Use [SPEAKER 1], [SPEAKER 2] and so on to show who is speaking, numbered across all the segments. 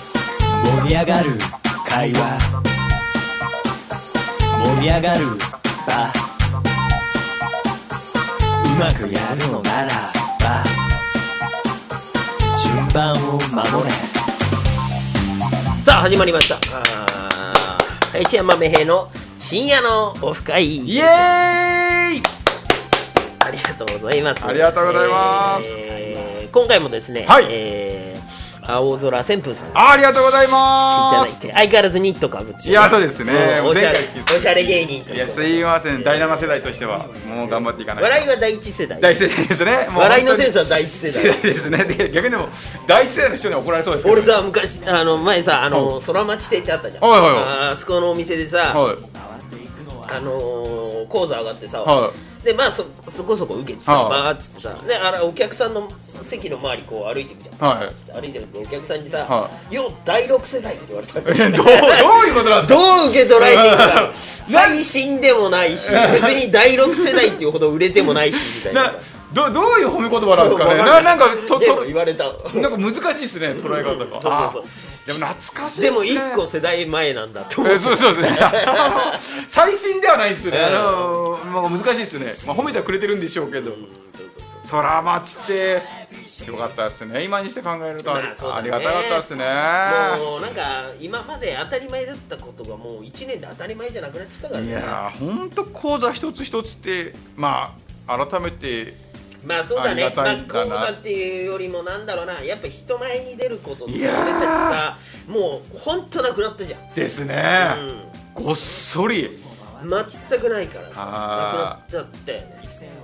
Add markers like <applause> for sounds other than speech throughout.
[SPEAKER 1] 盛り上がる会話盛り上がる場うまくやるのならば順番を守れ
[SPEAKER 2] さあ始まりましたあー林山め平の深夜のオフ会
[SPEAKER 3] イエーイ
[SPEAKER 2] ありがとうございます
[SPEAKER 3] ありがとうございます
[SPEAKER 2] えー今回もですね、
[SPEAKER 3] はい
[SPEAKER 2] えー青空旋風さんが
[SPEAKER 3] ありがとうござい
[SPEAKER 2] いた
[SPEAKER 3] ま
[SPEAKER 2] だい
[SPEAKER 3] す
[SPEAKER 2] て相変わらずニットかぶってい
[SPEAKER 3] いやそうですね
[SPEAKER 2] おしゃれ
[SPEAKER 3] 前回聞いて
[SPEAKER 2] おしゃれ芸人と
[SPEAKER 3] い
[SPEAKER 2] い
[SPEAKER 3] や
[SPEAKER 2] う
[SPEAKER 3] すいません第7世代としてはもう頑張っていかないと
[SPEAKER 2] 笑いは第一世代
[SPEAKER 3] 第一世代ですねもう
[SPEAKER 2] 笑いのセンスは第一世代
[SPEAKER 3] 世代ですねで逆にでも第一世代の人に怒られそうですけど
[SPEAKER 2] 俺さ昔あの前さあの空町亭ってあったじゃん
[SPEAKER 3] はいはいはい
[SPEAKER 2] あーそこのお店でさ、
[SPEAKER 3] はい <laughs>
[SPEAKER 2] あのー、講座上がってさ、
[SPEAKER 3] は
[SPEAKER 2] でまあそそこそこ受けてさ、
[SPEAKER 3] はい
[SPEAKER 2] バーっつってさであれお客さんの席の周りこう歩いてみじゃん、
[SPEAKER 3] はい
[SPEAKER 2] つって歩いてる時お客さんにさ「
[SPEAKER 3] は
[SPEAKER 2] よ第6世代」って言われた
[SPEAKER 3] えどうどういうことなんですか
[SPEAKER 2] <laughs> どう受け取られていいか
[SPEAKER 3] な
[SPEAKER 2] 最新でもないし別に第6世代っていうほど売れてもないしみたいな
[SPEAKER 3] などどういう褒め言葉なんですかね
[SPEAKER 2] わかん
[SPEAKER 3] ななんかと
[SPEAKER 2] でも
[SPEAKER 3] と
[SPEAKER 2] 言われた
[SPEAKER 3] <laughs> なんか難しいですね捉え方
[SPEAKER 2] そう
[SPEAKER 3] があ
[SPEAKER 2] そう
[SPEAKER 3] でも懐かしい
[SPEAKER 2] ですも
[SPEAKER 3] ね
[SPEAKER 2] 1個世代前なんだと思
[SPEAKER 3] え
[SPEAKER 2] っ
[SPEAKER 3] ーそうそう
[SPEAKER 2] <laughs>
[SPEAKER 3] ですねあの最新ではないですよね、あのーまあ、難しいですね、まあ、褒めてはくれてるんでしょうけど空町ってよかったですね今にして考えるとあ,、
[SPEAKER 2] まあそうだね
[SPEAKER 3] りがたかったですね
[SPEAKER 2] もうなんか今まで当たり前だったことがもう1年で当たり前じゃなくなっちゃったから
[SPEAKER 3] い
[SPEAKER 2] ね
[SPEAKER 3] やー本当講座一つ一つってまあ改めて
[SPEAKER 2] まあそうだね
[SPEAKER 3] あり
[SPEAKER 2] ま
[SPEAKER 3] がた
[SPEAKER 2] あ
[SPEAKER 3] いんだ
[SPEAKER 2] 講
[SPEAKER 3] な
[SPEAKER 2] 座っていうよりもなんだろうなやっぱ人前に出ることって
[SPEAKER 3] い
[SPEAKER 2] 俺
[SPEAKER 3] やー
[SPEAKER 2] たちさもう本当なくなったじゃん
[SPEAKER 3] ですね、
[SPEAKER 2] う
[SPEAKER 3] ごっそり
[SPEAKER 2] 全くないからさ
[SPEAKER 3] あ
[SPEAKER 2] なくなっちゃったよね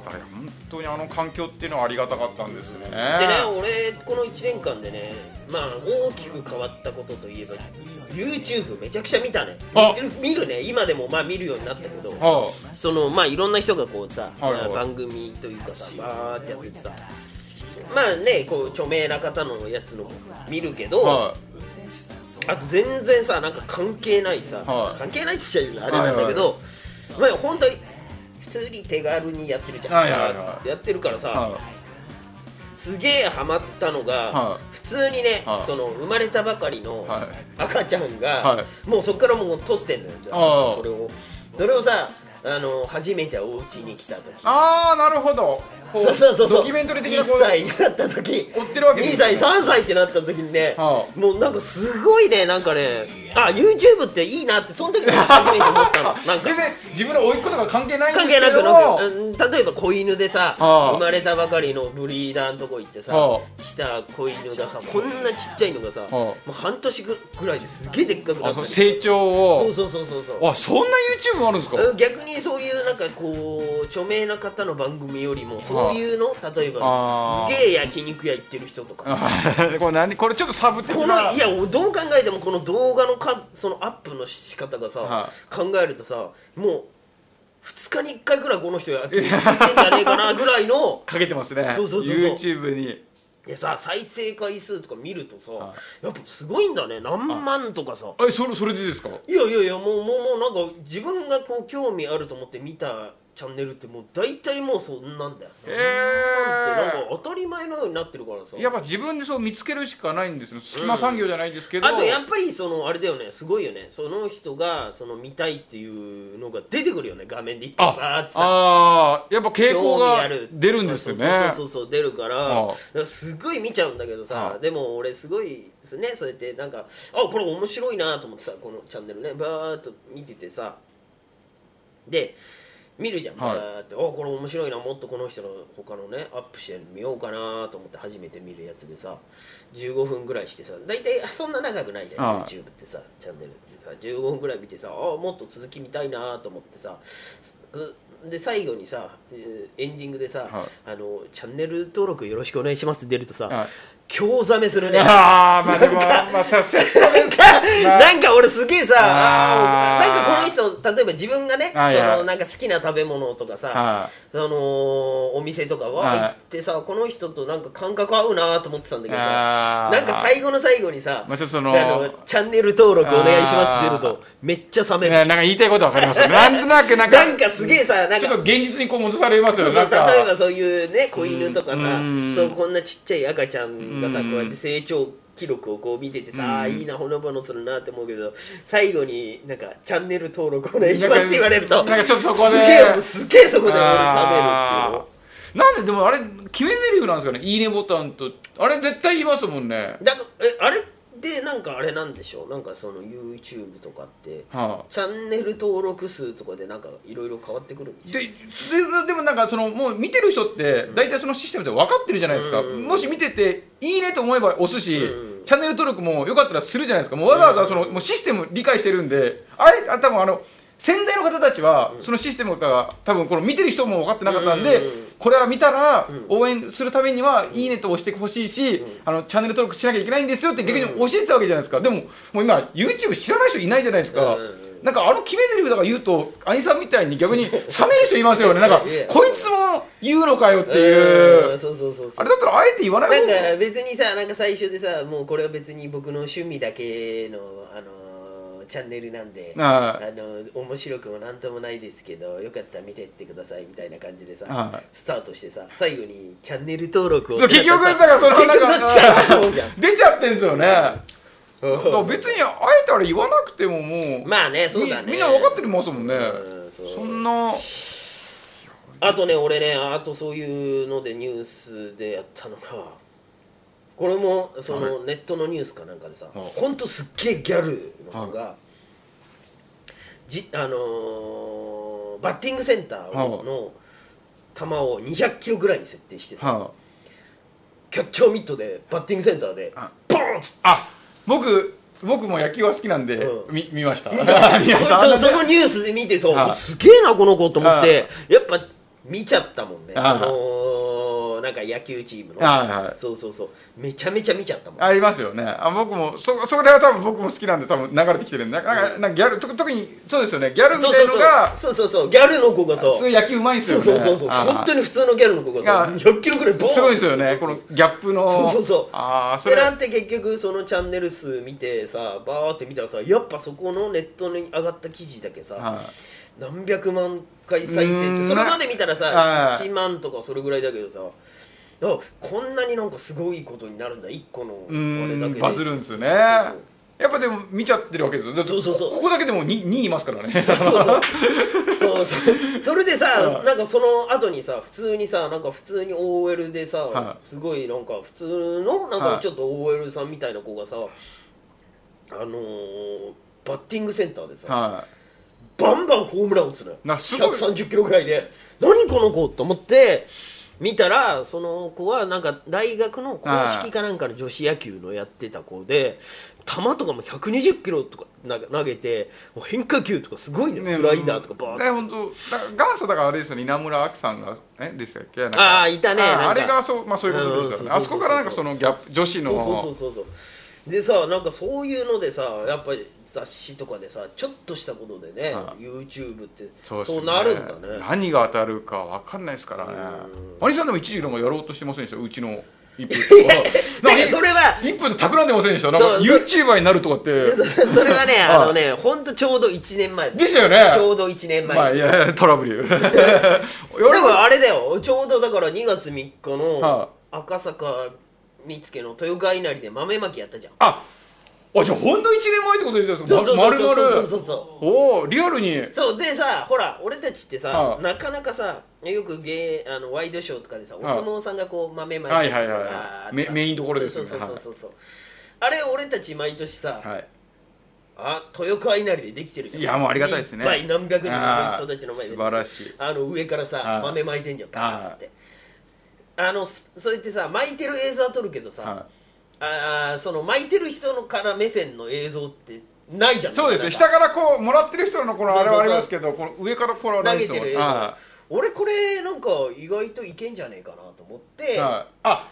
[SPEAKER 3] だから本当にあの環境っていうのはありがたかったんですね
[SPEAKER 2] でね俺この1年間でねまあ大きく変わったことといえば YouTube めちゃくちゃ見たね
[SPEAKER 3] あ
[SPEAKER 2] 見るね今でもまあ見るようになったけど
[SPEAKER 3] は
[SPEAKER 2] そのまあいろんな人がこうさ、
[SPEAKER 3] はいはい
[SPEAKER 2] 番組というかさバーってやっててさまあねこう著名な方のやつのも見るけど、
[SPEAKER 3] あ、はい
[SPEAKER 2] あと全然さなんか関係ないさ、
[SPEAKER 3] はい
[SPEAKER 2] 関係ないって言っちゃうよねあれなんだけど、まあ本当に普通に手軽にやってるじゃん、
[SPEAKER 3] はいはいはい
[SPEAKER 2] やってるからさ、
[SPEAKER 3] は
[SPEAKER 2] すげえハマったのが、
[SPEAKER 3] はい
[SPEAKER 2] 普通にね、
[SPEAKER 3] はい
[SPEAKER 2] その生まれたばかりの
[SPEAKER 3] はい
[SPEAKER 2] 赤ちゃんが、
[SPEAKER 3] は
[SPEAKER 2] もうそこからもう撮ってんのよじゃ
[SPEAKER 3] あ
[SPEAKER 2] あ
[SPEAKER 3] あ
[SPEAKER 2] それをそれをさあの初めてお家に来た時
[SPEAKER 3] ああなるほどこう
[SPEAKER 2] そうそうそうそう
[SPEAKER 3] ドキュメントリー的なこ
[SPEAKER 2] 1
[SPEAKER 3] う
[SPEAKER 2] 歳になった時
[SPEAKER 3] 追ってるわけです
[SPEAKER 2] 2
[SPEAKER 3] よ
[SPEAKER 2] 歳3歳ってなった時にね、
[SPEAKER 3] は
[SPEAKER 2] もうなんかすごいねなんかねあ YouTube っていいなってその時に初めて思
[SPEAKER 3] <laughs>
[SPEAKER 2] ったのなんか
[SPEAKER 3] 全然自分の甥っ子とか関係ないん
[SPEAKER 2] 関
[SPEAKER 3] です
[SPEAKER 2] 係
[SPEAKER 3] け
[SPEAKER 2] な
[SPEAKER 3] ど
[SPEAKER 2] く
[SPEAKER 3] も
[SPEAKER 2] なんかうん例えば子犬でさ
[SPEAKER 3] ああ
[SPEAKER 2] 生まれたばかりのブリーダーのとこ行ってさ
[SPEAKER 3] あ
[SPEAKER 2] 来た子犬がさこんなちっちゃいのがさ
[SPEAKER 3] あ
[SPEAKER 2] もう半年ぐらいですげえでっかくな
[SPEAKER 3] あ
[SPEAKER 2] った
[SPEAKER 3] そ
[SPEAKER 2] の
[SPEAKER 3] の成長
[SPEAKER 2] そ
[SPEAKER 3] を
[SPEAKER 2] うそうそうそうそう
[SPEAKER 3] あそんな YouTube もあるんですか
[SPEAKER 2] うん逆にそういうなんかこう著名な方の番組よりもそういうの例えば
[SPEAKER 3] あー
[SPEAKER 2] すげえ焼肉屋行ってる人とか
[SPEAKER 3] <laughs> これ何これちょっとサブ的
[SPEAKER 2] こ
[SPEAKER 3] な
[SPEAKER 2] のいやどう考えてもこの動画の数そのアップの仕方がさ、
[SPEAKER 3] は
[SPEAKER 2] 考えるとさもう2日に1回ぐらいこの人焼肉行ってんじゃねえかなぐらいの
[SPEAKER 3] かけてますね
[SPEAKER 2] そうそうそうそう
[SPEAKER 3] YouTube に
[SPEAKER 2] でさ再生回数とか見るとさ、
[SPEAKER 3] は
[SPEAKER 2] やっぱすごいんだね何万とかさ
[SPEAKER 3] えそれそれでですか
[SPEAKER 2] いやいやいやもうもうもうなんか自分がこう興味あると思って見たチャンネルってもう大体もうそんなんだよ
[SPEAKER 3] え
[SPEAKER 2] なんか当たり前のようになってるからさ
[SPEAKER 3] えやっぱ自分でそう見つけるしかないんですね隙間産業じゃないですけど、
[SPEAKER 2] あとやっぱりそのあれだよねすごいよねその人がその見たいっていうのが出てくるよね画面で一本バー
[SPEAKER 3] あ
[SPEAKER 2] ってさ
[SPEAKER 3] あーやっぱ傾向
[SPEAKER 2] 興味あ
[SPEAKER 3] が
[SPEAKER 2] る
[SPEAKER 3] 出るんですよね
[SPEAKER 2] そうそうそうそう出るから
[SPEAKER 3] ああ
[SPEAKER 2] だからすごい見ちゃうんだけど
[SPEAKER 3] あ
[SPEAKER 2] さ
[SPEAKER 3] あ
[SPEAKER 2] でも俺すごいですねそうやってなんかあこれ面白いなと思ってさこのチャンネルねバーっと見ててさで見るじゃん、
[SPEAKER 3] はい
[SPEAKER 2] バーってあこれ面白いなもっとこの人の他のねアップしてみようかなと思って初めて見るやつでさ15分ぐらいしてさ大体あそんな長くないじゃん、
[SPEAKER 3] はい
[SPEAKER 2] YouTube ってさチャンネルってさ15分ぐらい見てさあもっと続き見たいなと思ってさすで最後にさえーエンディングでさ、
[SPEAKER 3] は
[SPEAKER 2] あの「チャンネル登録よろしくお願いします」って出るとさ、
[SPEAKER 3] はい
[SPEAKER 2] 興ざめするね
[SPEAKER 3] ああまあでもまあそうそう
[SPEAKER 2] <laughs> なんか、なんか俺すげえさ、あ
[SPEAKER 3] あ
[SPEAKER 2] ー
[SPEAKER 3] ー
[SPEAKER 2] なんかこの人、例えば自分がね、
[SPEAKER 3] はいは
[SPEAKER 2] そ
[SPEAKER 3] い
[SPEAKER 2] のなんか好きな食べ物とかさ、
[SPEAKER 3] は
[SPEAKER 2] そのお店とか
[SPEAKER 3] はい
[SPEAKER 2] は行ってさ、この人となんか感覚合うなと思ってたんだけどさ
[SPEAKER 3] あ、ー
[SPEAKER 2] なんか最後の最後にさ、
[SPEAKER 3] まあちょっと
[SPEAKER 2] あ
[SPEAKER 3] その
[SPEAKER 2] のチャンネル登録お願いしますって出ると、めっちゃ冷め
[SPEAKER 3] い、ね
[SPEAKER 2] る。
[SPEAKER 3] なんか言いたいことわかりますよなんとなくなんか
[SPEAKER 2] なんかすげえさ、なん
[SPEAKER 3] ち
[SPEAKER 2] か
[SPEAKER 3] ょっと現実にこう戻されます
[SPEAKER 2] そ
[SPEAKER 3] よ
[SPEAKER 2] うそう
[SPEAKER 3] なんか
[SPEAKER 2] 例えばそういうね子犬とかさ
[SPEAKER 3] うん
[SPEAKER 2] そうこんなちっちゃい赤ちゃん分がさ、
[SPEAKER 3] うん
[SPEAKER 2] こうやって成長記録をこう見ててさ、
[SPEAKER 3] うん
[SPEAKER 2] あーいいなほのぼのするなって思うけど最後になんかチャンネル登録お願いしますって言われると
[SPEAKER 3] <laughs> なんかちょっとそこです
[SPEAKER 2] げえすげえそこで俺冷めるっていうの
[SPEAKER 3] あーなんででもあれ決め台詞なんですかねいいねボタンとあれ絶対言いますもんね
[SPEAKER 2] だかえあれってなんかあれなんでしょうなんかその YouTube とかって
[SPEAKER 3] は
[SPEAKER 2] チャンネル登録数とかでなんかいろいろ変わってくるんでし
[SPEAKER 3] あ、
[SPEAKER 2] ょ
[SPEAKER 3] でででもなんかそのもう見てる人って大体そのシステムで分かってるじゃないですか、
[SPEAKER 2] うん
[SPEAKER 3] もし見てていいねと思えば押すし、
[SPEAKER 2] うん
[SPEAKER 3] チャンネル登録もよかったらするじゃないですかもうわざわざそのもうシステム理解してるんであれあ多分あの先代の方たちはそのシステムが多分この見てる人も分かってなかったんで、
[SPEAKER 2] うん
[SPEAKER 3] これは見たら
[SPEAKER 2] うん
[SPEAKER 3] 応援するためにはいいねと押してほしいし、
[SPEAKER 2] うん
[SPEAKER 3] あのチャンネル登録しなきゃいけないんですよって逆に教えてたわけじゃないですかでももう今 YouTube 知らない人いないじゃないですか、
[SPEAKER 2] うんうんうん
[SPEAKER 3] なんかあの決め台詞だから言うと兄さんみたいに逆に冷める人いますよねなんか
[SPEAKER 2] いやいや
[SPEAKER 3] こいつも言うのかよって
[SPEAKER 2] う
[SPEAKER 3] い
[SPEAKER 2] ん
[SPEAKER 3] う
[SPEAKER 2] そうそうそうそう
[SPEAKER 3] あれだったらあえて言わない
[SPEAKER 2] なん
[SPEAKER 3] 方が
[SPEAKER 2] か別にさなんか最初でさもうこれは別に僕の趣味だけのあのーチャンネルなんであ
[SPEAKER 3] はい
[SPEAKER 2] のー面白くもなんともないですけどよかったら見てってくださいみたいな感じでさ、
[SPEAKER 3] はい
[SPEAKER 2] スタートしてさ最後にチャンネル登録を
[SPEAKER 3] そう結局だからその
[SPEAKER 2] 結 <laughs> 局そっちかなと思うじゃん
[SPEAKER 3] 出ちゃってんですよねだから別
[SPEAKER 2] に
[SPEAKER 3] にあえてあれ言わなくてもも
[SPEAKER 2] <laughs>
[SPEAKER 3] う
[SPEAKER 2] まあねそうだね
[SPEAKER 3] みみんな分かってますもんね
[SPEAKER 2] うんそう
[SPEAKER 3] そんな
[SPEAKER 2] あとね俺ねあとそういうのでニュースでやったのがこれもそのネットのニュースかなんかでさ
[SPEAKER 3] はい
[SPEAKER 2] ほんとすっげえギャルの子が、じあのーバッティングセンター
[SPEAKER 3] はい
[SPEAKER 2] の球を200キロぐらいに設定してさ、
[SPEAKER 3] は
[SPEAKER 2] キャッチャーミットでバッティングセンターで
[SPEAKER 3] あ
[SPEAKER 2] ボーンっつって
[SPEAKER 3] あ僕僕も野球は好きなんで、
[SPEAKER 2] うん
[SPEAKER 3] み見ました <laughs> 見ました
[SPEAKER 2] ほん
[SPEAKER 3] あ
[SPEAKER 2] と
[SPEAKER 3] ん
[SPEAKER 2] そ
[SPEAKER 3] な
[SPEAKER 2] の
[SPEAKER 3] ね
[SPEAKER 2] ニュースで見てそう、
[SPEAKER 3] はい
[SPEAKER 2] すげえなこの子と思ってやっぱ見ちゃったもんね、
[SPEAKER 3] はい
[SPEAKER 2] そのなんか野球チームの、
[SPEAKER 3] はいはい
[SPEAKER 2] そうそうそうめちゃめちゃ見ちゃったもん
[SPEAKER 3] ありますよねあ僕もそそれは多分僕も好きなんで多分流れてきてるんでなんかなんかなんかギャルと特にそうですよねギャルみ
[SPEAKER 2] そう
[SPEAKER 3] た
[SPEAKER 2] そ
[SPEAKER 3] いうのが
[SPEAKER 2] そうそうそうそうギャルの子がさ
[SPEAKER 3] そういう野球うまいんです
[SPEAKER 2] そ
[SPEAKER 3] よ
[SPEAKER 2] う
[SPEAKER 3] ね
[SPEAKER 2] そうそうそう
[SPEAKER 3] あー
[SPEAKER 2] 本当に普通のギャルの子がさ
[SPEAKER 3] いや
[SPEAKER 2] 100キロぐらいボーン
[SPEAKER 3] すごいですよねこのギャップの
[SPEAKER 2] そうそうそう
[SPEAKER 3] ああそ
[SPEAKER 2] で
[SPEAKER 3] れ
[SPEAKER 2] なんて結局そのチャンネル数見てさバーって見たらさやっぱそこのネットに上がった記事だけさ、
[SPEAKER 3] は
[SPEAKER 2] 何百万回再
[SPEAKER 3] う
[SPEAKER 2] 生っ
[SPEAKER 3] ー
[SPEAKER 2] て
[SPEAKER 3] ん
[SPEAKER 2] それまで見たらさ
[SPEAKER 3] はい
[SPEAKER 2] 1万とかそれぐらいだけどさあこんなになんかすごいことになるんだ1個の
[SPEAKER 3] いう
[SPEAKER 2] あれだけ
[SPEAKER 3] ーん
[SPEAKER 2] で
[SPEAKER 3] バズるんですよね
[SPEAKER 2] そうそうそう
[SPEAKER 3] やっぱでも見ちゃってるわけですよだって
[SPEAKER 2] そうそうそう
[SPEAKER 3] ここだけでも 2, 2いますからね
[SPEAKER 2] <laughs> そうそうそうそうそれでさ、
[SPEAKER 3] うん
[SPEAKER 2] なんかその後にさ普通にさなんか普通に OL でさ、
[SPEAKER 3] は
[SPEAKER 2] すごいなんか普通のなん
[SPEAKER 3] は
[SPEAKER 2] か
[SPEAKER 3] い
[SPEAKER 2] ちょっと OL さんみたいな子がさ、あのーバッティングセンターでさ、
[SPEAKER 3] <laughs> は
[SPEAKER 2] バンバンホームラン打つのよ
[SPEAKER 3] なんかすごい
[SPEAKER 2] 130キロぐらいで何この子と思って見たらその子はなんか大学の公式かなんかの女子野球のやってた子で球とかも120キロとか投げ投げてもう変化球とかすごい
[SPEAKER 3] い
[SPEAKER 2] ねスライダーとかバー
[SPEAKER 3] ね
[SPEAKER 2] ッと
[SPEAKER 3] 本当だから元祖だからあれですよね稲村亜紀さんがえでしたっけなんか
[SPEAKER 2] ああいたね
[SPEAKER 3] あー
[SPEAKER 2] なんか
[SPEAKER 3] あれがそう,、まあ、そういうことですよね
[SPEAKER 2] うん
[SPEAKER 3] あ
[SPEAKER 2] うんそうそうそうそう
[SPEAKER 3] そこからなんかそのギャップ女子の
[SPEAKER 2] そうそうそうそうそうでさなんかそういうのでさやっぱり雑誌とかでさちょっとしたことでね
[SPEAKER 3] は
[SPEAKER 2] YouTube って
[SPEAKER 3] そうです
[SPEAKER 2] そ
[SPEAKER 3] ね
[SPEAKER 2] うなるんだね
[SPEAKER 3] 何が当たるか分かんないですからね
[SPEAKER 2] う
[SPEAKER 3] マリさんでも一時期なんかやろうとしてませんでしたうちの一風
[SPEAKER 2] <laughs> だからそれは
[SPEAKER 3] 一風で企んでませんでしたなんか
[SPEAKER 2] そうそう
[SPEAKER 3] YouTuber になるとかって
[SPEAKER 2] でそ <laughs> それはね、
[SPEAKER 3] はい
[SPEAKER 2] あのね、本当ちょうど1年前
[SPEAKER 3] でしたよね
[SPEAKER 2] ちょうど1年前。
[SPEAKER 3] まあいやいやトラブ
[SPEAKER 2] <laughs>
[SPEAKER 3] ルや
[SPEAKER 2] だか
[SPEAKER 3] る
[SPEAKER 2] らあれだよ、ちょうどだから2月3日
[SPEAKER 3] は
[SPEAKER 2] の赤坂見附の豊川稲荷で豆まきやったじゃん。
[SPEAKER 3] ああじゃあほんと1年前ってことですよ
[SPEAKER 2] そうそう
[SPEAKER 3] ま
[SPEAKER 2] そう
[SPEAKER 3] るま
[SPEAKER 2] そうそ
[SPEAKER 3] る
[SPEAKER 2] うそ
[SPEAKER 3] おおリアルに
[SPEAKER 2] う。そうでさ、ほら、俺たちってさ
[SPEAKER 3] は、い
[SPEAKER 2] なかなかさ、よく芸あのワイドショーとかでさ、お
[SPEAKER 3] はい
[SPEAKER 2] 相撲さんがこう豆まき
[SPEAKER 3] はいはい
[SPEAKER 2] す
[SPEAKER 3] はい
[SPEAKER 2] るのがあってさ
[SPEAKER 3] メメインどころですよね
[SPEAKER 2] そうそうそうそうそう。あれ俺たち毎年さ、
[SPEAKER 3] はい
[SPEAKER 2] あ豊川稲荷でできてるじゃん
[SPEAKER 3] いやもうありがたいですね
[SPEAKER 2] いっぱい何百人の
[SPEAKER 3] あー
[SPEAKER 2] 人たちの前で
[SPEAKER 3] 素晴らしい
[SPEAKER 2] あの上からさ
[SPEAKER 3] はい
[SPEAKER 2] 豆まいてんじゃんバーンっつってあのそそうやってさ巻いてる映像は撮るけどさ、
[SPEAKER 3] は
[SPEAKER 2] あーその巻いてる人のから目線の映像ってないじゃん
[SPEAKER 3] いそうですね下からこうもらってる人のこのあれはありますけどこの上からこれはな
[SPEAKER 2] 投
[SPEAKER 3] いで
[SPEAKER 2] げ
[SPEAKER 3] す
[SPEAKER 2] て
[SPEAKER 3] よ
[SPEAKER 2] る映像、
[SPEAKER 3] は
[SPEAKER 2] 俺これなんか意外といけんじゃねえかなと思っ
[SPEAKER 3] い
[SPEAKER 2] て、
[SPEAKER 3] はいあ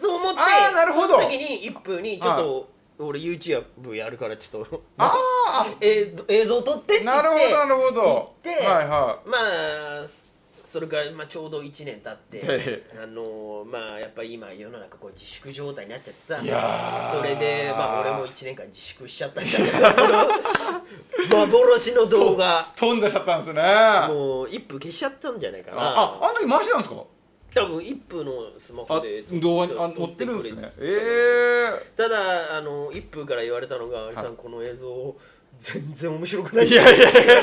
[SPEAKER 2] そう思って
[SPEAKER 3] あーなるほど
[SPEAKER 2] その時に1分にちょっと俺 YouTube やるからちょっと
[SPEAKER 3] ああ
[SPEAKER 2] 映映像撮ってって言っ
[SPEAKER 3] な
[SPEAKER 2] て
[SPEAKER 3] るほどなるほど
[SPEAKER 2] 行って
[SPEAKER 3] はいは
[SPEAKER 2] まあそれからまあちょうど1年経って
[SPEAKER 3] で
[SPEAKER 2] あのーまあやっぱり今世の中こう自粛状態になっちゃってさ
[SPEAKER 3] いやー
[SPEAKER 2] それでまあ俺も1年間自粛しちゃったんだけどそ
[SPEAKER 3] <laughs>
[SPEAKER 2] の幻の動画
[SPEAKER 3] い飛んじゃしちゃったんですねあ
[SPEAKER 2] もう一歩消しちゃったんじゃないかな
[SPEAKER 3] ああの時回してたんですか
[SPEAKER 2] 多分一風のスマホ
[SPEAKER 3] あ
[SPEAKER 2] で
[SPEAKER 3] 動画にあ
[SPEAKER 2] 撮
[SPEAKER 3] 載ってるんですね
[SPEAKER 2] くれて
[SPEAKER 3] え
[SPEAKER 2] ただあの一風から言われたのが「有吉さんこの映像全然面白く
[SPEAKER 3] え
[SPEAKER 2] ない」
[SPEAKER 3] いやいやいや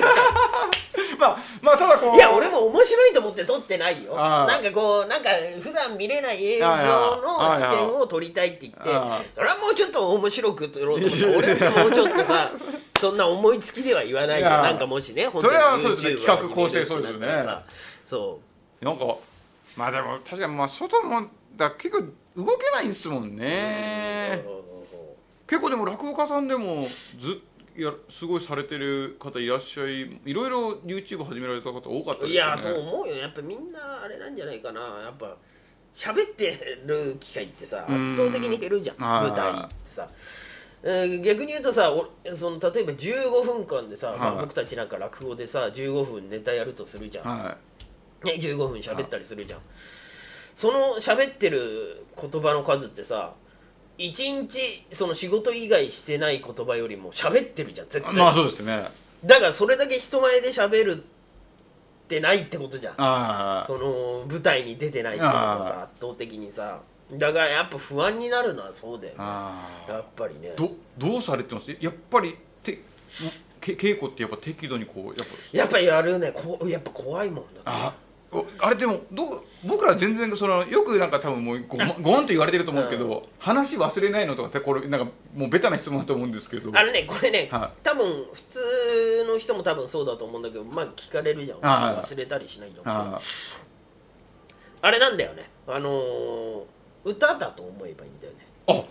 [SPEAKER 3] まあまあただこう
[SPEAKER 2] いや俺も面白いと思って撮ってないよ
[SPEAKER 3] ああ
[SPEAKER 2] なんかこうなんか普段見れない映像
[SPEAKER 3] ああ
[SPEAKER 2] の
[SPEAKER 3] ああ
[SPEAKER 2] 視点を撮りたいって言って
[SPEAKER 3] ああ
[SPEAKER 2] それはもうちょっと面白く撮ろうと思って
[SPEAKER 3] いや
[SPEAKER 2] 俺ってもうちょっと
[SPEAKER 3] <laughs>
[SPEAKER 2] さそんな思いつきでは言わないよ
[SPEAKER 3] いや
[SPEAKER 2] なんかもしね本
[SPEAKER 3] それはそうですね
[SPEAKER 2] YouTuber
[SPEAKER 3] 企画構成そうですよね
[SPEAKER 2] に出るってなったらさそう
[SPEAKER 3] なんかまあでも確かにまあ外もだ結構動けないんですもんね結構でも落語家さんでもずっやすごいされてる方いらっしゃいいろいろ YouTube 始められた方多かったですよね
[SPEAKER 2] いやと思うよやっぱみんなあれなんじゃないかなやっぱ喋ってる機会ってさ
[SPEAKER 3] うん
[SPEAKER 2] 圧倒的に減るじゃん
[SPEAKER 3] ああ
[SPEAKER 2] 舞台ってさうん逆に言うとさ俺その例えば15分間でさ、
[SPEAKER 3] はい
[SPEAKER 2] まあ僕たちなんか落語でさ15分ネタやるとするじゃん、
[SPEAKER 3] は
[SPEAKER 2] ね、15分喋ったりするじゃんその喋ってる言葉の数ってさ1日その仕事以外してない言葉よりも喋ってるじゃん絶
[SPEAKER 3] い
[SPEAKER 2] 対
[SPEAKER 3] まあそうですね
[SPEAKER 2] だからそれだけ人前で喋るってないってことじゃん
[SPEAKER 3] ああ
[SPEAKER 2] その舞台に出てないっていうのが
[SPEAKER 3] あ
[SPEAKER 2] さ圧倒的にさだからやっぱ不安になるのはそうだよね
[SPEAKER 3] ああ
[SPEAKER 2] やっぱりね
[SPEAKER 3] どどうされてますやっぱりてけ稽古ってやっぱ適度にこうやっぱ
[SPEAKER 2] やっぱやるねこやっぱ怖いもんだ
[SPEAKER 3] あおあれでもどう僕ら全然そのよくなんか多分もう
[SPEAKER 2] <laughs>
[SPEAKER 3] ごまごんと言われてると思うんですけど、話忘れないのとかってこれなんかもうベタな質問だと思うんですけど
[SPEAKER 2] あれねこれね、
[SPEAKER 3] は
[SPEAKER 2] 多分普通の人も多分そうだと思うんだけどまあ聞かれるじゃん
[SPEAKER 3] ああ
[SPEAKER 2] 忘れたりしないのってあ
[SPEAKER 3] あ
[SPEAKER 2] れなんだよねあのー歌だと思えばいいんだよね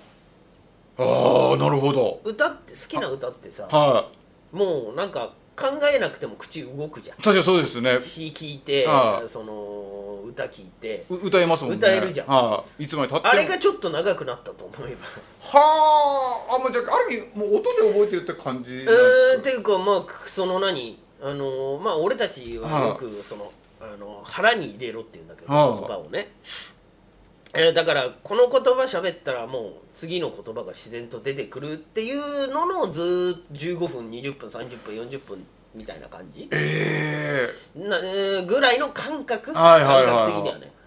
[SPEAKER 3] あああなるほど
[SPEAKER 2] 歌って好きな歌ってさ
[SPEAKER 3] は
[SPEAKER 2] もうなんか考えなくても口動くじゃん
[SPEAKER 3] い確かにそうですね
[SPEAKER 2] 詩聞いて
[SPEAKER 3] ああ
[SPEAKER 2] その歌聞いて
[SPEAKER 3] う歌えますもんね
[SPEAKER 2] 歌えるじゃん
[SPEAKER 3] はいいつまでたっても
[SPEAKER 2] あれがちょっと長くなったと思えば
[SPEAKER 3] はああもうじゃあある意味もう音で覚えてるって感じなんですか
[SPEAKER 2] うーんっていうかまあくその何あのーまあ俺たちはよくそのあの腹に入れろって言うんだけど言
[SPEAKER 3] はあ
[SPEAKER 2] 葉をねえーだからこの言葉喋ったらもう次の言葉が自然と出てくるっていうののずーっと15分20分30分40分みたいな感じ
[SPEAKER 3] え
[SPEAKER 2] な、えーぐらいの感覚
[SPEAKER 3] はいはいはいはい
[SPEAKER 2] 感覚的にはね、うん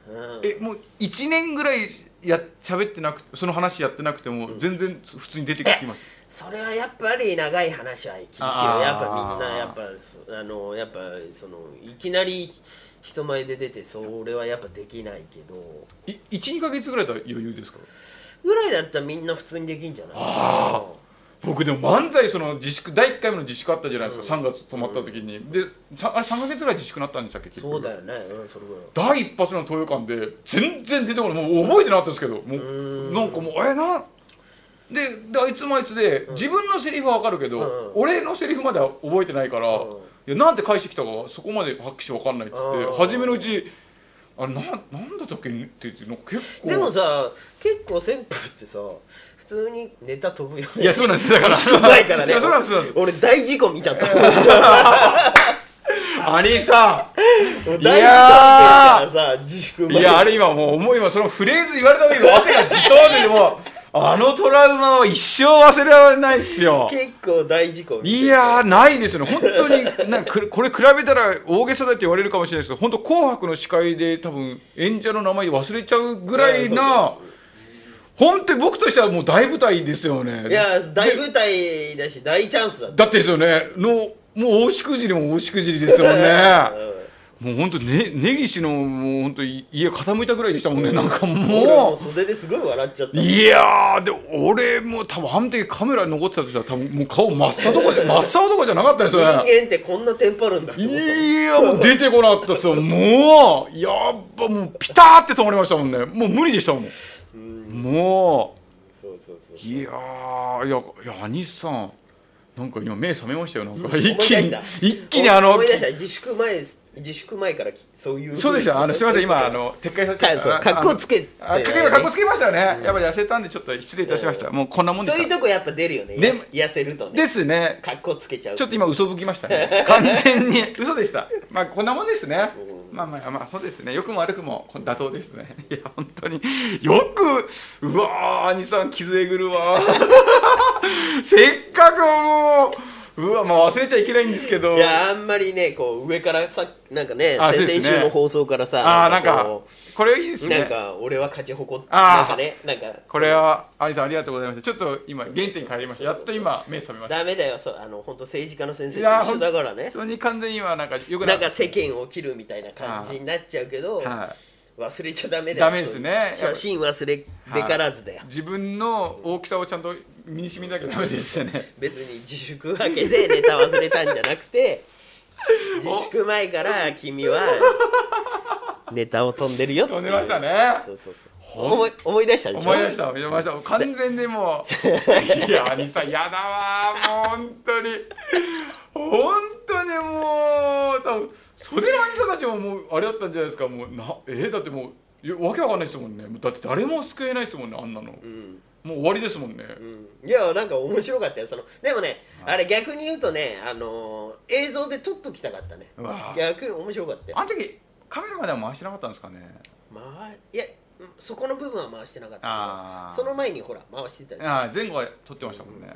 [SPEAKER 3] ええもう1年ぐらいや喋ってなくてその話やってなくても全然普通に出てきます、
[SPEAKER 2] それはやっぱり長い話は厳しいよ
[SPEAKER 3] あー
[SPEAKER 2] やっぱみんなやっぱそあのやっぱそのいきなり人前で出てそれはやっぱできないけど
[SPEAKER 3] い12か月ぐらいだったら余裕ですか
[SPEAKER 2] ぐらいだったらみんな普通にできんじゃない
[SPEAKER 3] あ僕でも漫才その自粛第1回目の自粛あったじゃないですか、3月止まった時に、でさあれ3か月ぐらい自粛になったんでしたっけ結
[SPEAKER 2] そ
[SPEAKER 3] 局
[SPEAKER 2] うだよねうんそれぐらい
[SPEAKER 3] 第一発の東洋館で全然出てこないもう覚えてなかったんですけども
[SPEAKER 2] ー
[SPEAKER 3] うんなんかもうえなんでであいつもあいつで自分のセリフは分かるけど、
[SPEAKER 2] うん
[SPEAKER 3] 俺のセリフまでは覚えてないから、
[SPEAKER 2] うん
[SPEAKER 3] いやなんて返してきたかそこまではっきし分かんないっつって
[SPEAKER 2] うん
[SPEAKER 3] 初めのうちあれななんだったっけって言ってなんか結構
[SPEAKER 2] でもさ結構旋風ってさ普通にネタ飛ぶよね
[SPEAKER 3] いやそうなんですだから
[SPEAKER 2] ないからね
[SPEAKER 3] いやそうなんですそうなんで
[SPEAKER 2] 俺大事故見ちゃった
[SPEAKER 3] すあれさ
[SPEAKER 2] 俺大事故見てるからさ自粛
[SPEAKER 3] いや、あ
[SPEAKER 2] れ
[SPEAKER 3] れ今もう思い今そのフレーズ言われた時も汗がじとーでもう、あのトラウマは一生忘れられないっすよ。
[SPEAKER 2] 結構大事故見てる
[SPEAKER 3] いやー、ないですよね。本当に、なんかくこれ比べたら大げさだって言われるかもしれないですけど、本当紅白の司会で多分演者の名前忘れちゃうぐらいな、本当に僕としてはもう大舞台ですよね。
[SPEAKER 2] いや大舞台だし大チャンスだった
[SPEAKER 3] だってですよね、の、もう大しくじりも大しくじりですよ
[SPEAKER 2] <laughs>
[SPEAKER 3] ね。もう本当ね、根岸のもう本当に家傾いたぐらいでしたもんね、なんか
[SPEAKER 2] 俺はも
[SPEAKER 3] も
[SPEAKER 2] う
[SPEAKER 3] う。
[SPEAKER 2] 袖ですごい笑っちゃった
[SPEAKER 3] いやー、で俺も多分あの時カメラに残ってたとしたら、多分もう顔真っ青とかじゃ、真っ青とかじゃなかったです
[SPEAKER 2] 人間
[SPEAKER 3] よ
[SPEAKER 2] っ
[SPEAKER 3] ね。
[SPEAKER 2] てこんなテンパるんだと思った
[SPEAKER 3] いや、もう出てこなかったっすよ。もう、やっぱもうピターって止まりましたもんね。もう無理でしたもん。
[SPEAKER 2] うん
[SPEAKER 3] も
[SPEAKER 2] そうそうそう
[SPEAKER 3] う、いやー、いや、いや、兄さん、なんか今目覚めましたよ、なんか。一
[SPEAKER 2] 思い
[SPEAKER 3] 気
[SPEAKER 2] 出し
[SPEAKER 3] に
[SPEAKER 2] た、
[SPEAKER 3] 一気にあの
[SPEAKER 2] 思い、出した自粛前です自粛前からきそういう
[SPEAKER 3] そうでした、あのすみません、今、あ
[SPEAKER 2] の
[SPEAKER 3] の撤回させ
[SPEAKER 2] は
[SPEAKER 3] て
[SPEAKER 2] いそう格好つけて
[SPEAKER 3] あ今、格好つけましたよね、やっぱ痩せたんで、ちょっと失礼いたしました、もうこんなもんで
[SPEAKER 2] そう
[SPEAKER 3] し
[SPEAKER 2] いう
[SPEAKER 3] た。
[SPEAKER 2] とこやっぱ出るよね
[SPEAKER 3] で
[SPEAKER 2] や痩せるとね
[SPEAKER 3] ですね、
[SPEAKER 2] 格好つけちゃう
[SPEAKER 3] ちょっと今、嘘吹きました
[SPEAKER 2] <laughs>
[SPEAKER 3] ね、完全に嘘でした、まあ、こんなもんですね、
[SPEAKER 2] う
[SPEAKER 3] まあまあまあ、そうですね、良くも悪くもこ妥当ですね、 <laughs> いや、本当によく、う <laughs> わー、兄さん、傷えぐるわ、せっかくもう、うわまあ忘れちゃいけないんですけど
[SPEAKER 2] いやあんまりねこう上からさなんかね
[SPEAKER 3] あ
[SPEAKER 2] 先
[SPEAKER 3] そうで
[SPEAKER 2] 々
[SPEAKER 3] すね
[SPEAKER 2] 週の放送からさ
[SPEAKER 3] ああなんか
[SPEAKER 2] こ
[SPEAKER 3] これいいです
[SPEAKER 2] う
[SPEAKER 3] ね
[SPEAKER 2] なんか俺は勝ち誇って
[SPEAKER 3] あー
[SPEAKER 2] なんかねなんか
[SPEAKER 3] これはアリさんありがとうございましたちょっと今原点に帰りましたやっと今目覚めました
[SPEAKER 2] ダメだよそうあの本当政治家の先生と
[SPEAKER 3] いやー
[SPEAKER 2] 一緒だからね
[SPEAKER 3] 本当に完全に今なんかよく
[SPEAKER 2] な
[SPEAKER 3] なん
[SPEAKER 2] か世間を切るみたいな感じになっちゃうけど、
[SPEAKER 3] は
[SPEAKER 2] 忘れちゃダメだよ
[SPEAKER 3] ダメですね
[SPEAKER 2] そう真忘れべからずだよ、
[SPEAKER 3] い自分の大きさをちゃんと身に染みなきゃダメですよね
[SPEAKER 2] 別に自粛明けでネタ忘れたんじゃなく
[SPEAKER 3] <laughs>
[SPEAKER 2] て自粛前から君はネタを飛んでるよっていう
[SPEAKER 3] 飛んでましたね
[SPEAKER 2] そうそうそう
[SPEAKER 3] ほん
[SPEAKER 2] 思い思い出したでしょ
[SPEAKER 3] 思い出した思い出した完全でもういや兄さんやだわもう本当に本当にもう多分袖の兄さんたちももうあれだったんじゃないですかもうなえだってもういやわけわかんないですもんねだって誰も救えないですもんねあんなのも
[SPEAKER 2] うん
[SPEAKER 3] う終わりですもんね、
[SPEAKER 2] うんいやなんか面白かったよそのでもね、あれ逆に言うとね、あのー映像で撮っときたかったね
[SPEAKER 3] うわ
[SPEAKER 2] 逆に面白かったよ
[SPEAKER 3] あの時カメラまでは回してなかったんですかね
[SPEAKER 2] まあいやうんそこの部分は回してなかった
[SPEAKER 3] あ
[SPEAKER 2] け
[SPEAKER 3] ー
[SPEAKER 2] どその前にほら回してたじゃん
[SPEAKER 3] ああ前後は撮ってましたもんね、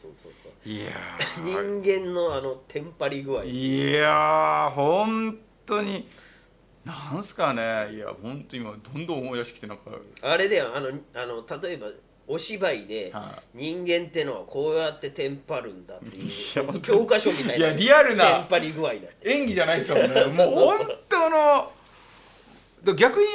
[SPEAKER 2] そうそうそう
[SPEAKER 3] いや
[SPEAKER 2] <laughs> 人間のあのテンパり具合
[SPEAKER 3] ーいやー本当になんすかねいや本当今どんどん思い出してきてなんか
[SPEAKER 2] あれだよあのあの例えばお芝居で
[SPEAKER 3] は
[SPEAKER 2] 人間ってのはこうやってテンパるんだ
[SPEAKER 3] <laughs>
[SPEAKER 2] ってい
[SPEAKER 3] や
[SPEAKER 2] う教科書みたい
[SPEAKER 3] い
[SPEAKER 2] な
[SPEAKER 3] やリアル
[SPEAKER 2] テ
[SPEAKER 3] な
[SPEAKER 2] ンパり具合だよ
[SPEAKER 3] 演技じゃないで
[SPEAKER 2] <laughs>
[SPEAKER 3] すよねもう本当のだから逆に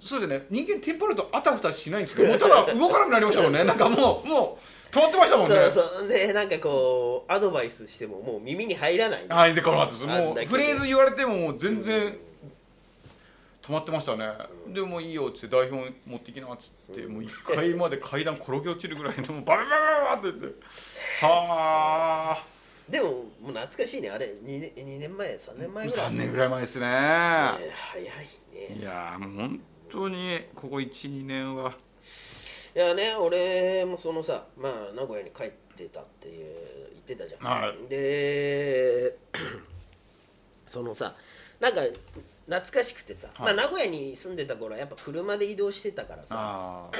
[SPEAKER 3] そうですね人間テンパるとあたふたしないんですけどもうただ動かなくなりましたもんねなんかもうもう止まってましたもんね
[SPEAKER 2] そうそうでなんかこうアドバイスしてももう耳に入らないね、
[SPEAKER 3] はいでこの後です
[SPEAKER 2] あん
[SPEAKER 3] も
[SPEAKER 2] だけ
[SPEAKER 3] う
[SPEAKER 2] で
[SPEAKER 3] フレーズ言われてももう全然止まってましたね、でもういいよっつって代表持ってきなっつって、もう1階まで階段転げ落ちるぐらいのもうバババババって言ってはあ
[SPEAKER 2] でももう懐かしいねあれ2年二年前3年前ぐらい
[SPEAKER 3] 3年ぐらい前ですね
[SPEAKER 2] ね早いね
[SPEAKER 3] いやーもう本当にここ12年はい
[SPEAKER 2] やね俺もそのさまあ名古屋に帰ってたっていう言ってたじゃん、
[SPEAKER 3] は
[SPEAKER 2] で <clears throat> そのさなんか懐かしくてさ、
[SPEAKER 3] はい
[SPEAKER 2] まあ、名古屋に住んでた頃はやっぱ車で移動してたからさ
[SPEAKER 3] あ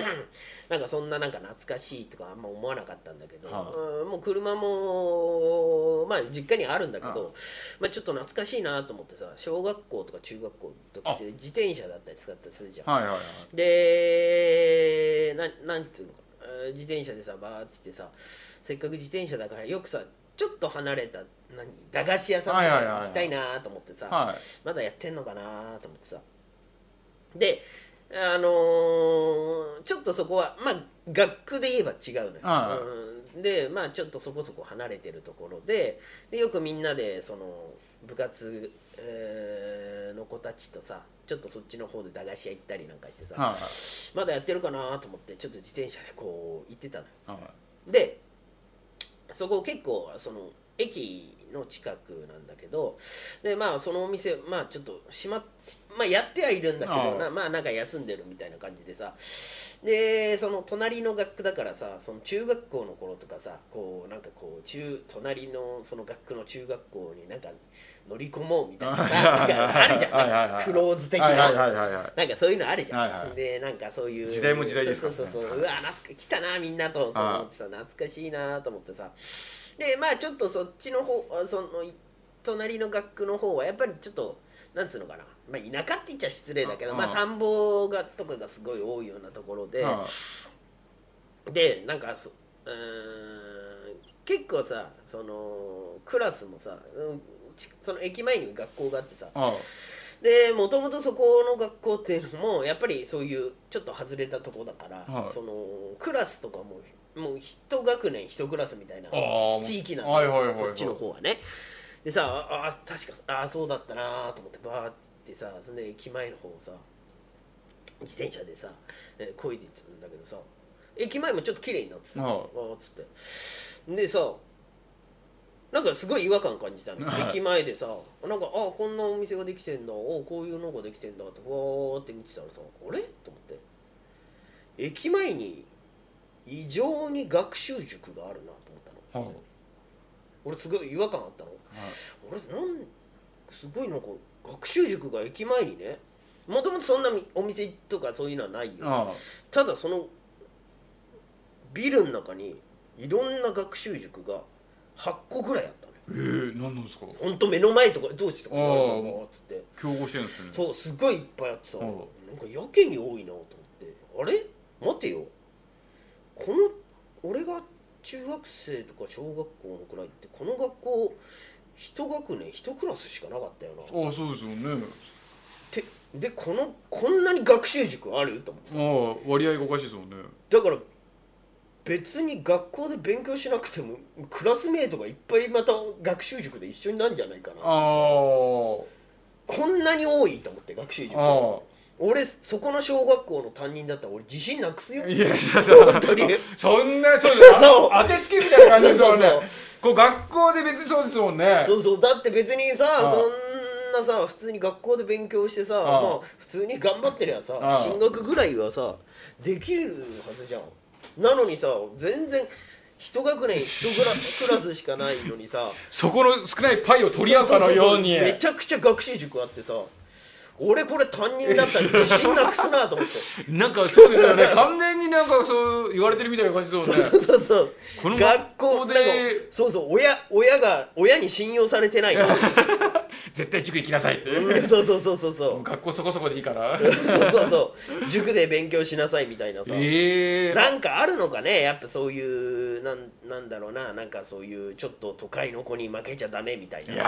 [SPEAKER 2] なんかそんななんか懐かしいとかあんま思わなかったんだけど、
[SPEAKER 3] は
[SPEAKER 2] うんもう車もまあ実家にあるんだけどまあ、ちょっと懐かしいなと思ってさ小学校とか中学校とかって自転車だったり使ったりするじゃん
[SPEAKER 3] あはいはいはい
[SPEAKER 2] でななんていうのかなえー自転車でさバーッつってさせっかく自転車だからよくさちょっと離れた何駄菓子屋さんとか
[SPEAKER 3] はいはいはいはい
[SPEAKER 2] 行きたいなと思ってさ、
[SPEAKER 3] はい
[SPEAKER 2] まだやってんのかなと思ってさであのーちょっとそこはまあ学区で言えば違うのよ、
[SPEAKER 3] はい
[SPEAKER 2] うんでまあちょっとそこそこ離れてるところででよくみんなでその部活、えーの子たちとさちょっとそっちの方で駄菓子屋行ったりなんかしてさ、
[SPEAKER 3] はい
[SPEAKER 2] まだやってるかなと思ってちょっと自転車でこう行ってたのよ
[SPEAKER 3] はい
[SPEAKER 2] でそこ結構その駅の近くなんだけどでまあそのお店まあちょっと閉まっ、まあ、やってはいるんだけ
[SPEAKER 3] あ
[SPEAKER 2] ど
[SPEAKER 3] あ
[SPEAKER 2] なまあなんか休んでるみたいな感じでさでその隣の学区だからさその中学校の頃とかさこうなんかこう中隣のその学区の中学校になんか乗り込もうみたいなさ
[SPEAKER 3] <laughs>
[SPEAKER 2] なんかあるじゃん
[SPEAKER 3] はいは
[SPEAKER 2] ないん
[SPEAKER 3] はい
[SPEAKER 2] かクローズ的
[SPEAKER 3] はいはい
[SPEAKER 2] な
[SPEAKER 3] はいはいはい
[SPEAKER 2] なんかそういうのあるじゃん、
[SPEAKER 3] はいはい
[SPEAKER 2] でなんかそういう
[SPEAKER 3] 時代も時代ですからね
[SPEAKER 2] そうそうそうそううわ懐か来たなみんなとと思ってさ懐かしいなと思ってさでまあちょっとそっちの方あそのい隣の学区の方はやっぱりちょっとなんつうのかな、まあ、田舎って言っちゃ失礼だけど
[SPEAKER 3] あ
[SPEAKER 2] ま
[SPEAKER 3] あ
[SPEAKER 2] あ、田んぼがとかがすごい多いようなところで、
[SPEAKER 3] は
[SPEAKER 2] でなんかそうーん結構さそのクラスもさ、うんちその駅前に学校があってさ、
[SPEAKER 3] あは
[SPEAKER 2] でもともとそこの学校っていうのもやっぱりそういうちょっと外れたとこだから、
[SPEAKER 3] はい
[SPEAKER 2] そのクラスとかももう一学年一クラスみたいな
[SPEAKER 3] あー
[SPEAKER 2] 地域なん
[SPEAKER 3] はいはいはいはい
[SPEAKER 2] そっちの方はねでさああ確かああそうだったなと思ってバーってさそんで駅前の方をさ自転車でさえーこいでいってたんだけどさ駅前もちょっと綺麗になってさ、
[SPEAKER 3] はい
[SPEAKER 2] わーっつってでさなんかすごい違和感感じたの、
[SPEAKER 3] はい
[SPEAKER 2] 駅前でさなんかあこんなお店ができてんだおこういうのができてんだってわーって見てたらさあれと思って駅前に異常に学習塾があるなと思ったの
[SPEAKER 3] あは
[SPEAKER 2] 俺すごい違和感あったの
[SPEAKER 3] あ
[SPEAKER 2] 俺なんすごいなんか学習塾が駅前にねもともとそんなみお店とかそういうのはないよ
[SPEAKER 3] あ
[SPEAKER 2] ただそのビルの中にいろんな学習塾が8個ぐらいあった
[SPEAKER 3] えー、何なんですか
[SPEAKER 2] ほんと目の前とかどうしてとか
[SPEAKER 3] あー
[SPEAKER 2] っつって
[SPEAKER 3] 競合してるんですね
[SPEAKER 2] そうすごいいっぱいあってさ
[SPEAKER 3] う
[SPEAKER 2] なんんかやけに多いなと思ってあれ待てよこの俺が中学生とか小学校のくらいってこの学校一学年一クラスしかなかったよな
[SPEAKER 3] ああそうですよね
[SPEAKER 2] てでこのこんなに学習塾あると思って
[SPEAKER 3] ああ割合がおかしいですもんね
[SPEAKER 2] だから別に学校で勉強しなくてもクラスメートがいっぱいまた学習塾で一緒になるんじゃないかな
[SPEAKER 3] あ
[SPEAKER 2] こんなに多いと思って学習塾
[SPEAKER 3] ああ
[SPEAKER 2] 俺そこの小学校の担任だったら俺自信なくすよ
[SPEAKER 3] あいやいや
[SPEAKER 2] 本当に
[SPEAKER 3] そんなそう
[SPEAKER 2] <laughs> そう
[SPEAKER 3] 当てつけみたいな感じですもんね
[SPEAKER 2] そうそうそう
[SPEAKER 3] こう学校で別にそうですもんね
[SPEAKER 2] そうそうだって別にさ
[SPEAKER 3] ああ
[SPEAKER 2] そんなさ普通に学校で勉強してさ
[SPEAKER 3] ああ
[SPEAKER 2] まあ、普通に頑張ってりゃさ
[SPEAKER 3] ああ
[SPEAKER 2] 進学ぐらいはさできるはずじゃんなのにさ全然一学年一クラクラスしかないの
[SPEAKER 3] <laughs>
[SPEAKER 2] にさ
[SPEAKER 3] そこの少ないパイを取り合うかのように
[SPEAKER 2] そそそめちゃくちゃ学習塾あってさ俺これ担任だったら自信なくすなと思って
[SPEAKER 3] なんかそうですよね完全になんかそう言われてるみたいな感じですも
[SPEAKER 2] そう
[SPEAKER 3] んね
[SPEAKER 2] そうそうそう
[SPEAKER 3] この
[SPEAKER 2] 学
[SPEAKER 3] 学
[SPEAKER 2] 校
[SPEAKER 3] 校
[SPEAKER 2] で
[SPEAKER 3] で
[SPEAKER 2] そうそう親親が親に信用されてない
[SPEAKER 3] 絶対塾行きなさいって
[SPEAKER 2] うん <laughs> そうそうそうそうそう
[SPEAKER 3] 学校そこそこでいいから
[SPEAKER 2] そうそうそう塾で勉強しなさいみたいなさ、
[SPEAKER 3] ええ
[SPEAKER 2] なんかあるのかねやっぱそういうなんなんだろうななんかそういうちょっと都会の子に負けちゃダメみたいない
[SPEAKER 3] や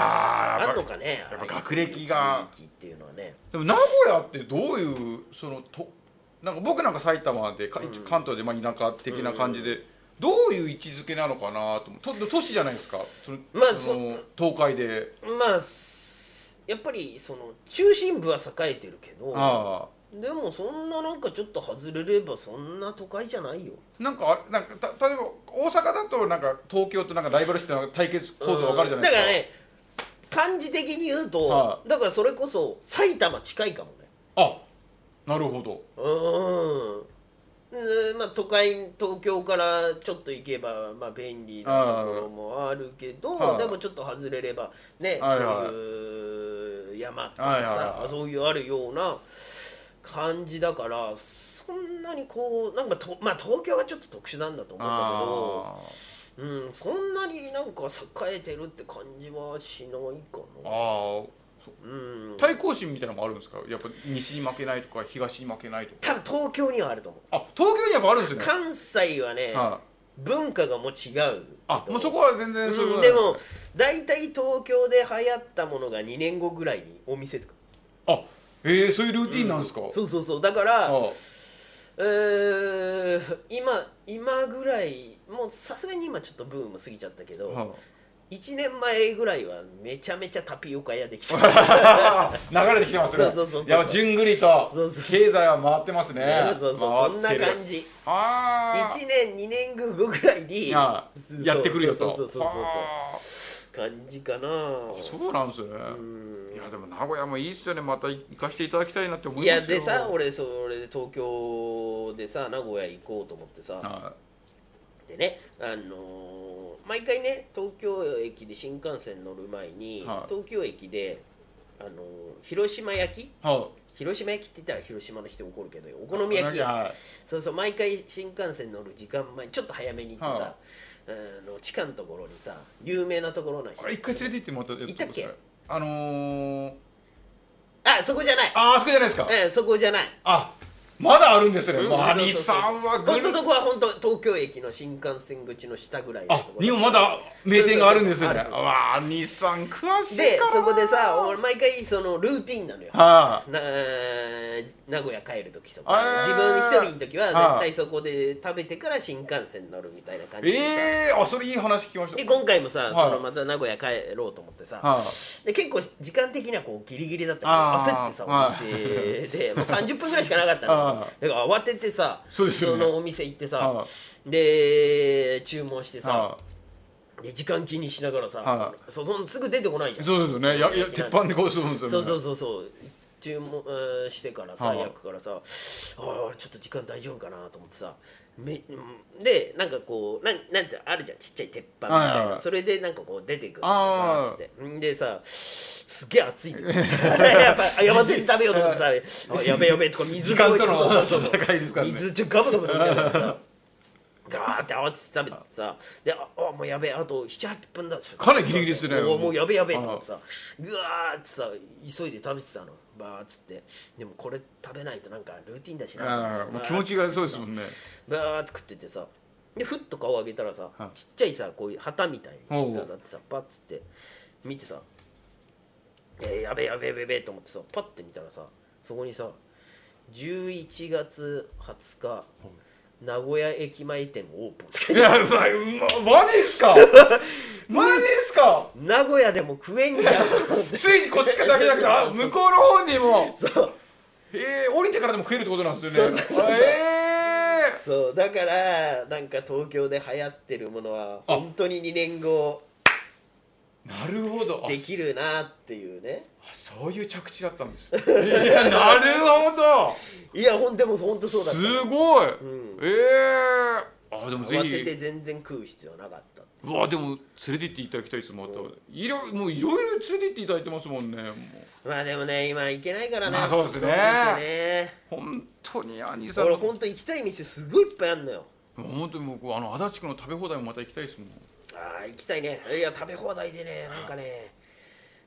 [SPEAKER 3] ー
[SPEAKER 2] あんのかね
[SPEAKER 3] やっぱ学歴が
[SPEAKER 2] 地域っていうのはね
[SPEAKER 3] でも名古屋ってどういうそのとなんか僕なんか埼玉でか
[SPEAKER 2] うん
[SPEAKER 3] 関東でまあ田舎的な感じで、どういう位置づけなのかなと思うと都市じゃないですかその,、
[SPEAKER 2] まあ
[SPEAKER 3] その東海で
[SPEAKER 2] まあすやっぱりその中心部は栄えてるけど
[SPEAKER 3] あ
[SPEAKER 2] でもそんななんかちょっと外れればそんな都会じゃないよ
[SPEAKER 3] あなんかあれなんかた例えば大阪だとなんか東京となんかライバル視ってなんか対決構造わかるじゃ
[SPEAKER 2] う
[SPEAKER 3] ないですか、
[SPEAKER 2] んだからね漢字的に言うと、
[SPEAKER 3] は
[SPEAKER 2] だからそれこそ埼玉近いかもね
[SPEAKER 3] あなるほど
[SPEAKER 2] うーんでまあ、都会東京からちょっと行けば、まあ、便利なところもあるけど、
[SPEAKER 3] はい
[SPEAKER 2] でもちょっと外れればね、
[SPEAKER 3] はいはい
[SPEAKER 2] そういう山とかさ、
[SPEAKER 3] はいはいはい
[SPEAKER 2] そういうあるような感じだからそんなにこうなんかと、まあ、東京はちょっと特殊なんだと思うんだけど。
[SPEAKER 3] あ
[SPEAKER 2] うん、そんなになんか栄えてるって感じはしないか
[SPEAKER 3] ー
[SPEAKER 2] な。
[SPEAKER 3] あ
[SPEAKER 2] うん
[SPEAKER 3] ー、対抗心みたいなのもあるんですかやっぱ西に負けないとか東に負けないとか
[SPEAKER 2] 多分東京にはあると思う。
[SPEAKER 3] あ東京にやっぱあるんですね
[SPEAKER 2] 関西はね、
[SPEAKER 3] はい
[SPEAKER 2] 文化がもう違う。、
[SPEAKER 3] あもうそこは全然そういううんことなん
[SPEAKER 2] です
[SPEAKER 3] ね
[SPEAKER 2] も大体東京で流行ったものが2年後ぐらいにお店とか
[SPEAKER 3] あえー、そういうルーティンなんですか、
[SPEAKER 2] そうそうそうだから
[SPEAKER 3] あ
[SPEAKER 2] えー今今ぐらいもうさすがに今ちょっとブーム過ぎちゃったけど、
[SPEAKER 3] は
[SPEAKER 2] 1年前ぐらいはめちゃめちゃタピオカ屋できた
[SPEAKER 3] あ <laughs> 流れてきてますね
[SPEAKER 2] そうそうそうそう
[SPEAKER 3] やっぱじゅんぐりと
[SPEAKER 2] そうそう
[SPEAKER 3] 経済は回ってますね
[SPEAKER 2] <laughs> そうそうそうそんな
[SPEAKER 3] 回ってる
[SPEAKER 2] 感じ
[SPEAKER 3] あ
[SPEAKER 2] 1年2年後ぐらいに
[SPEAKER 3] ーあー
[SPEAKER 2] そう
[SPEAKER 3] やってくるよ
[SPEAKER 2] そ
[SPEAKER 3] と
[SPEAKER 2] うそうそうそう
[SPEAKER 3] あ
[SPEAKER 2] そう感じかな
[SPEAKER 3] ーそうなんですよね、
[SPEAKER 2] うん
[SPEAKER 3] いやでも名古屋もいいっすよねまた行かせていただきたいなって思
[SPEAKER 2] い
[SPEAKER 3] いますよ
[SPEAKER 2] やでさ俺それで東京でさ名古屋行こうと思ってさ
[SPEAKER 3] は
[SPEAKER 2] でねあのー毎回ね東京駅で新幹線乗る前に、
[SPEAKER 3] はい
[SPEAKER 2] 東京駅であのー広島焼き
[SPEAKER 3] いは
[SPEAKER 2] 広島焼きって言ったら広島の人怒るけどお
[SPEAKER 3] い
[SPEAKER 2] 好み焼き
[SPEAKER 3] は
[SPEAKER 2] そうそう毎回新幹線乗る時間前にちょっと早めに行ってさ、
[SPEAKER 3] は
[SPEAKER 2] あの地下のところにさ有名なところなん
[SPEAKER 3] いあれ一回連れて行ってもらった
[SPEAKER 2] 行ったっけ
[SPEAKER 3] あのー、
[SPEAKER 2] あそこじゃない
[SPEAKER 3] ああそこじゃないですか
[SPEAKER 2] えそこじゃない
[SPEAKER 3] あまだあるんですね、
[SPEAKER 2] うん
[SPEAKER 3] マリさんはグ
[SPEAKER 2] 本
[SPEAKER 3] ル
[SPEAKER 2] 当そこは本当東京駅の新幹線口の下ぐらいのと
[SPEAKER 3] あ
[SPEAKER 2] ころ
[SPEAKER 3] にもまだ名店があるんですね
[SPEAKER 2] そうそうそうある
[SPEAKER 3] わあ日産詳しい
[SPEAKER 2] で
[SPEAKER 3] から
[SPEAKER 2] そこでさ俺毎回そのルーティンなのよ
[SPEAKER 3] は
[SPEAKER 2] な名古屋帰るときと
[SPEAKER 3] あ
[SPEAKER 2] か
[SPEAKER 3] ー
[SPEAKER 2] 自分一人の時は
[SPEAKER 3] あ
[SPEAKER 2] 絶
[SPEAKER 3] ー
[SPEAKER 2] 対そこで食べてから新幹線乗るみたいな感じでさ
[SPEAKER 3] ええあそれいい話聞きまし
[SPEAKER 2] で
[SPEAKER 3] た
[SPEAKER 2] 今回もさ、
[SPEAKER 3] はい
[SPEAKER 2] そのまた名古屋帰ろうと思ってさ、
[SPEAKER 3] は
[SPEAKER 2] で結構時間的にはこうギリギリだった
[SPEAKER 3] あ
[SPEAKER 2] から焦
[SPEAKER 3] ー
[SPEAKER 2] ってさお店で、もう30分ぐらいしかなかったの
[SPEAKER 3] あ
[SPEAKER 2] だから慌ててさ
[SPEAKER 3] そうですよね
[SPEAKER 2] のお店行ってさ、
[SPEAKER 3] は
[SPEAKER 2] で注文して
[SPEAKER 3] い
[SPEAKER 2] さ、
[SPEAKER 3] は
[SPEAKER 2] で時間気にしながらさ、
[SPEAKER 3] は
[SPEAKER 2] そそすぐ出てこないじゃ
[SPEAKER 3] い
[SPEAKER 2] ん
[SPEAKER 3] そうですよねやいや鉄板でこうするんですよね
[SPEAKER 2] そうそうそうそう注文えーしてからさ
[SPEAKER 3] はい
[SPEAKER 2] 焼くからさあーちょっと時間大丈夫かなと思ってさめうんでなんかこうなんなんてあるじゃんちっちゃい鉄板みたいな、
[SPEAKER 3] はいはいはい
[SPEAKER 2] それでなんかこう出てくる
[SPEAKER 3] あー
[SPEAKER 2] バーッつってんでさすげえ熱いの <laughs> やっぱ山全に食べようと思ってさあやべやべとか水
[SPEAKER 3] 時間との
[SPEAKER 2] そうそうそう
[SPEAKER 3] 戦いですからね
[SPEAKER 2] 水ちょガブガブ飲みながらさガーって慌てて食べてさでああもうやべえあと78分だ
[SPEAKER 3] かなりギリギリですね
[SPEAKER 2] もうもうやべえやべえと思ってさぐわーってさ急いで食べてたのバーっつってでもこれ食べないとなんかルーティンだしなと思
[SPEAKER 3] あ
[SPEAKER 2] って
[SPEAKER 3] ーもう気持ちがそうですもんね
[SPEAKER 2] バーって食っててさでふっと顔上げたらさ、
[SPEAKER 3] はい
[SPEAKER 2] ちっちゃいさこういう旗みたいな
[SPEAKER 3] ほう
[SPEAKER 2] のがあってさパッつって見てさ「えーやべえやべえやべえやべえ」と思ってさパッて見たらさそこにさ11月20日名古屋駅前店オープン
[SPEAKER 3] いやうまいうまマジっ
[SPEAKER 2] <laughs>
[SPEAKER 3] すかマジっすか
[SPEAKER 2] 名古屋でも食えんじ
[SPEAKER 3] <laughs>
[SPEAKER 2] ゃん
[SPEAKER 3] ついにこっちだけじゃなくてあ向こうの方にも
[SPEAKER 2] そう
[SPEAKER 3] えー、降りてからでも食えるってことなんですよね
[SPEAKER 2] そうそうそうそう
[SPEAKER 3] あえ
[SPEAKER 2] そうだからなんか東京で流行ってるものは
[SPEAKER 3] あ
[SPEAKER 2] 本当に2年後
[SPEAKER 3] ー、なるほどあ
[SPEAKER 2] できるなっていうね
[SPEAKER 3] そういう着地だったんですよいやなるほど
[SPEAKER 2] いやほんでも本当そうだった
[SPEAKER 3] すごい、
[SPEAKER 2] ん
[SPEAKER 3] ええー、あでもぜ
[SPEAKER 2] 慌てて
[SPEAKER 3] ひ
[SPEAKER 2] 全然食う必要なかった
[SPEAKER 3] うわでも連れて行っていただきたいですまたいろもういろいろ連れて行っていただいてますもんねもう
[SPEAKER 2] まあでもね今行けないからね、
[SPEAKER 3] まあそうですね
[SPEAKER 2] この店ね
[SPEAKER 3] 本当に兄さん
[SPEAKER 2] 俺本当行きたい店すごいいっぱいあるのよ
[SPEAKER 3] 本当に僕あの足立区の食べ放題もまた行きたいですもん
[SPEAKER 2] ああ行きたいねいや食べ放題でねなんかね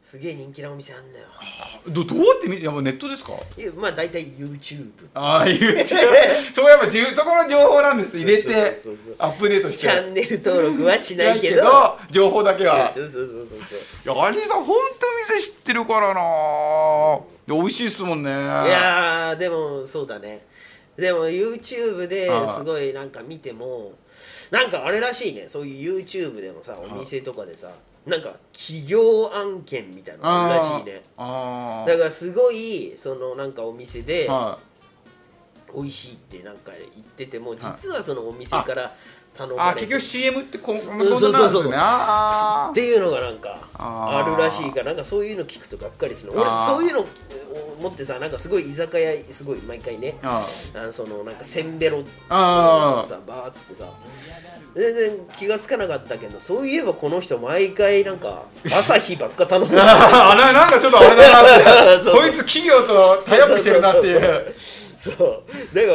[SPEAKER 2] すげえ人気なお店あんのよ
[SPEAKER 3] あどどうやって見てやっぱネットですか
[SPEAKER 2] いやまあ大体 YouTube
[SPEAKER 3] ああいう
[SPEAKER 2] <laughs>
[SPEAKER 3] そうやっぱ自由そこの情報なんです入れて
[SPEAKER 2] そうそうそうそう
[SPEAKER 3] アップデートし
[SPEAKER 2] チ
[SPEAKER 3] て
[SPEAKER 2] ャンネル登録はしないけど
[SPEAKER 3] 情報だけは
[SPEAKER 2] そうそうそうそう
[SPEAKER 3] いや兄さん本当店知ってるからなで美味しいですもんねい
[SPEAKER 2] いやーでもそうだねでも YouTube
[SPEAKER 3] ああ
[SPEAKER 2] ですごいなんか見てもなんかあれらしいねそういう YouTube でもさお店とかでさなんか企業案件みたいなのあるらしいね
[SPEAKER 3] あー
[SPEAKER 2] だからすごいそのなんかお店で
[SPEAKER 3] は
[SPEAKER 2] 美味しいってなんか言ってても実はそのお店から頼
[SPEAKER 3] い、
[SPEAKER 2] ま
[SPEAKER 3] あ
[SPEAKER 2] れ
[SPEAKER 3] 結
[SPEAKER 2] て
[SPEAKER 3] 局 CM ってこん
[SPEAKER 2] そう
[SPEAKER 3] こんななんで
[SPEAKER 2] そう
[SPEAKER 3] す
[SPEAKER 2] そうそう
[SPEAKER 3] ねあ
[SPEAKER 2] っ
[SPEAKER 3] ー
[SPEAKER 2] ていうのがなんかあ
[SPEAKER 3] あー
[SPEAKER 2] るらしいからなんかそういうの聞くとがっかりする俺
[SPEAKER 3] あー
[SPEAKER 2] そういうのを持ってさなんかすごい居酒屋すごい毎回ね
[SPEAKER 3] あ
[SPEAKER 2] あのそのなんかせんべろってさ
[SPEAKER 3] あー
[SPEAKER 2] バーッつってさ全然気がつかなかったけどそういえばこの人毎回なん
[SPEAKER 3] <laughs>
[SPEAKER 2] か朝日ばっか頼む
[SPEAKER 3] あななんかちょっとあれだなって
[SPEAKER 2] <laughs> そう
[SPEAKER 3] こいつ企業とタイアップしてるなっていう
[SPEAKER 2] <laughs> そうだか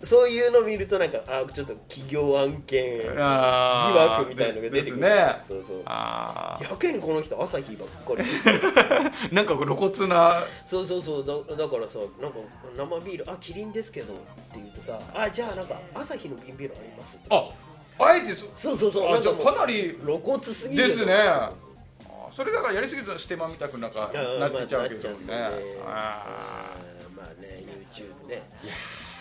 [SPEAKER 2] らそういうの見るとなんかあちょっと企業案件疑
[SPEAKER 3] あー
[SPEAKER 2] 惑みたいのが出てくる
[SPEAKER 3] ですね
[SPEAKER 2] そうそう
[SPEAKER 3] あ
[SPEAKER 2] やけにこの人朝日ばっかり
[SPEAKER 3] <laughs> ーなんかこう露骨な
[SPEAKER 2] そうそうそうだだからさなんか生ビールあキリンですけどって言うとさあじゃあなんか朝日の瓶ビールあります
[SPEAKER 3] ああえてそ
[SPEAKER 2] そうそうそう
[SPEAKER 3] あじゃあ
[SPEAKER 2] んもう
[SPEAKER 3] かなり
[SPEAKER 2] 露骨すぎるよ
[SPEAKER 3] ですねあーそれだからやりすぎるとしてまみたくなんか
[SPEAKER 2] うん
[SPEAKER 3] なってちゃうわけですもんね
[SPEAKER 2] まあなっちゃうんだよね
[SPEAKER 3] あ
[SPEAKER 2] うんまあね YouTube ね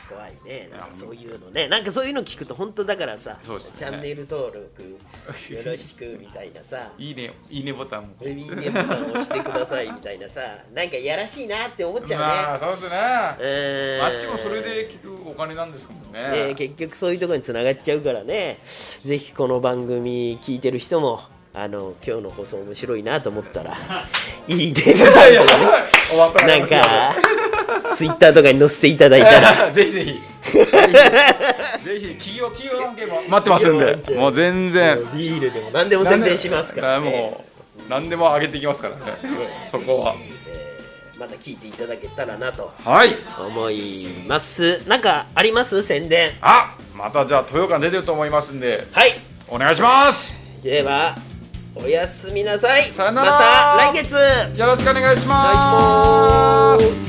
[SPEAKER 2] 怖いねなんかそういうのねなんかそういうの聞くと本当だからさ、
[SPEAKER 3] そうですね
[SPEAKER 2] チャンネル登録よろしくみたいなさ
[SPEAKER 3] ーいいねいいねボタンも
[SPEAKER 2] いいねボタン押してくださいみたいなさなんかやらしいなって思っち
[SPEAKER 3] ま
[SPEAKER 2] ゃ
[SPEAKER 3] あ
[SPEAKER 2] うね、
[SPEAKER 3] そうですね
[SPEAKER 2] えー
[SPEAKER 3] あっちもそれで結局お金なんですもん
[SPEAKER 2] ね
[SPEAKER 3] ね
[SPEAKER 2] 結局そういうところにつながっちゃうからねぜひこの番組聞いてる人もあの今日の放送面白いなと思った <laughs> らいいねボタン
[SPEAKER 3] いや
[SPEAKER 2] とかね
[SPEAKER 3] 終わった
[SPEAKER 2] なん
[SPEAKER 3] 話だ
[SPEAKER 2] かツイッターとかに載せていただいたら
[SPEAKER 3] ぜひぜひ。ぜひ企業企業案件も待ってますんで、もう全然。
[SPEAKER 2] ビールでも <laughs> 何でも宣伝しますから、ね
[SPEAKER 3] もう何でも上げていきますからね。そこは。
[SPEAKER 2] えーまた聞いていただけたらなと
[SPEAKER 3] はい。
[SPEAKER 2] 思いますなんかあります宣伝
[SPEAKER 3] あ、またじゃあ豊館出てると思いますんで、
[SPEAKER 2] はい
[SPEAKER 3] お願いします。
[SPEAKER 2] ではおやすみなさい
[SPEAKER 3] さよなら
[SPEAKER 2] また来月
[SPEAKER 3] よろしくお願
[SPEAKER 2] お
[SPEAKER 3] いし
[SPEAKER 2] 願いしま
[SPEAKER 3] ますす。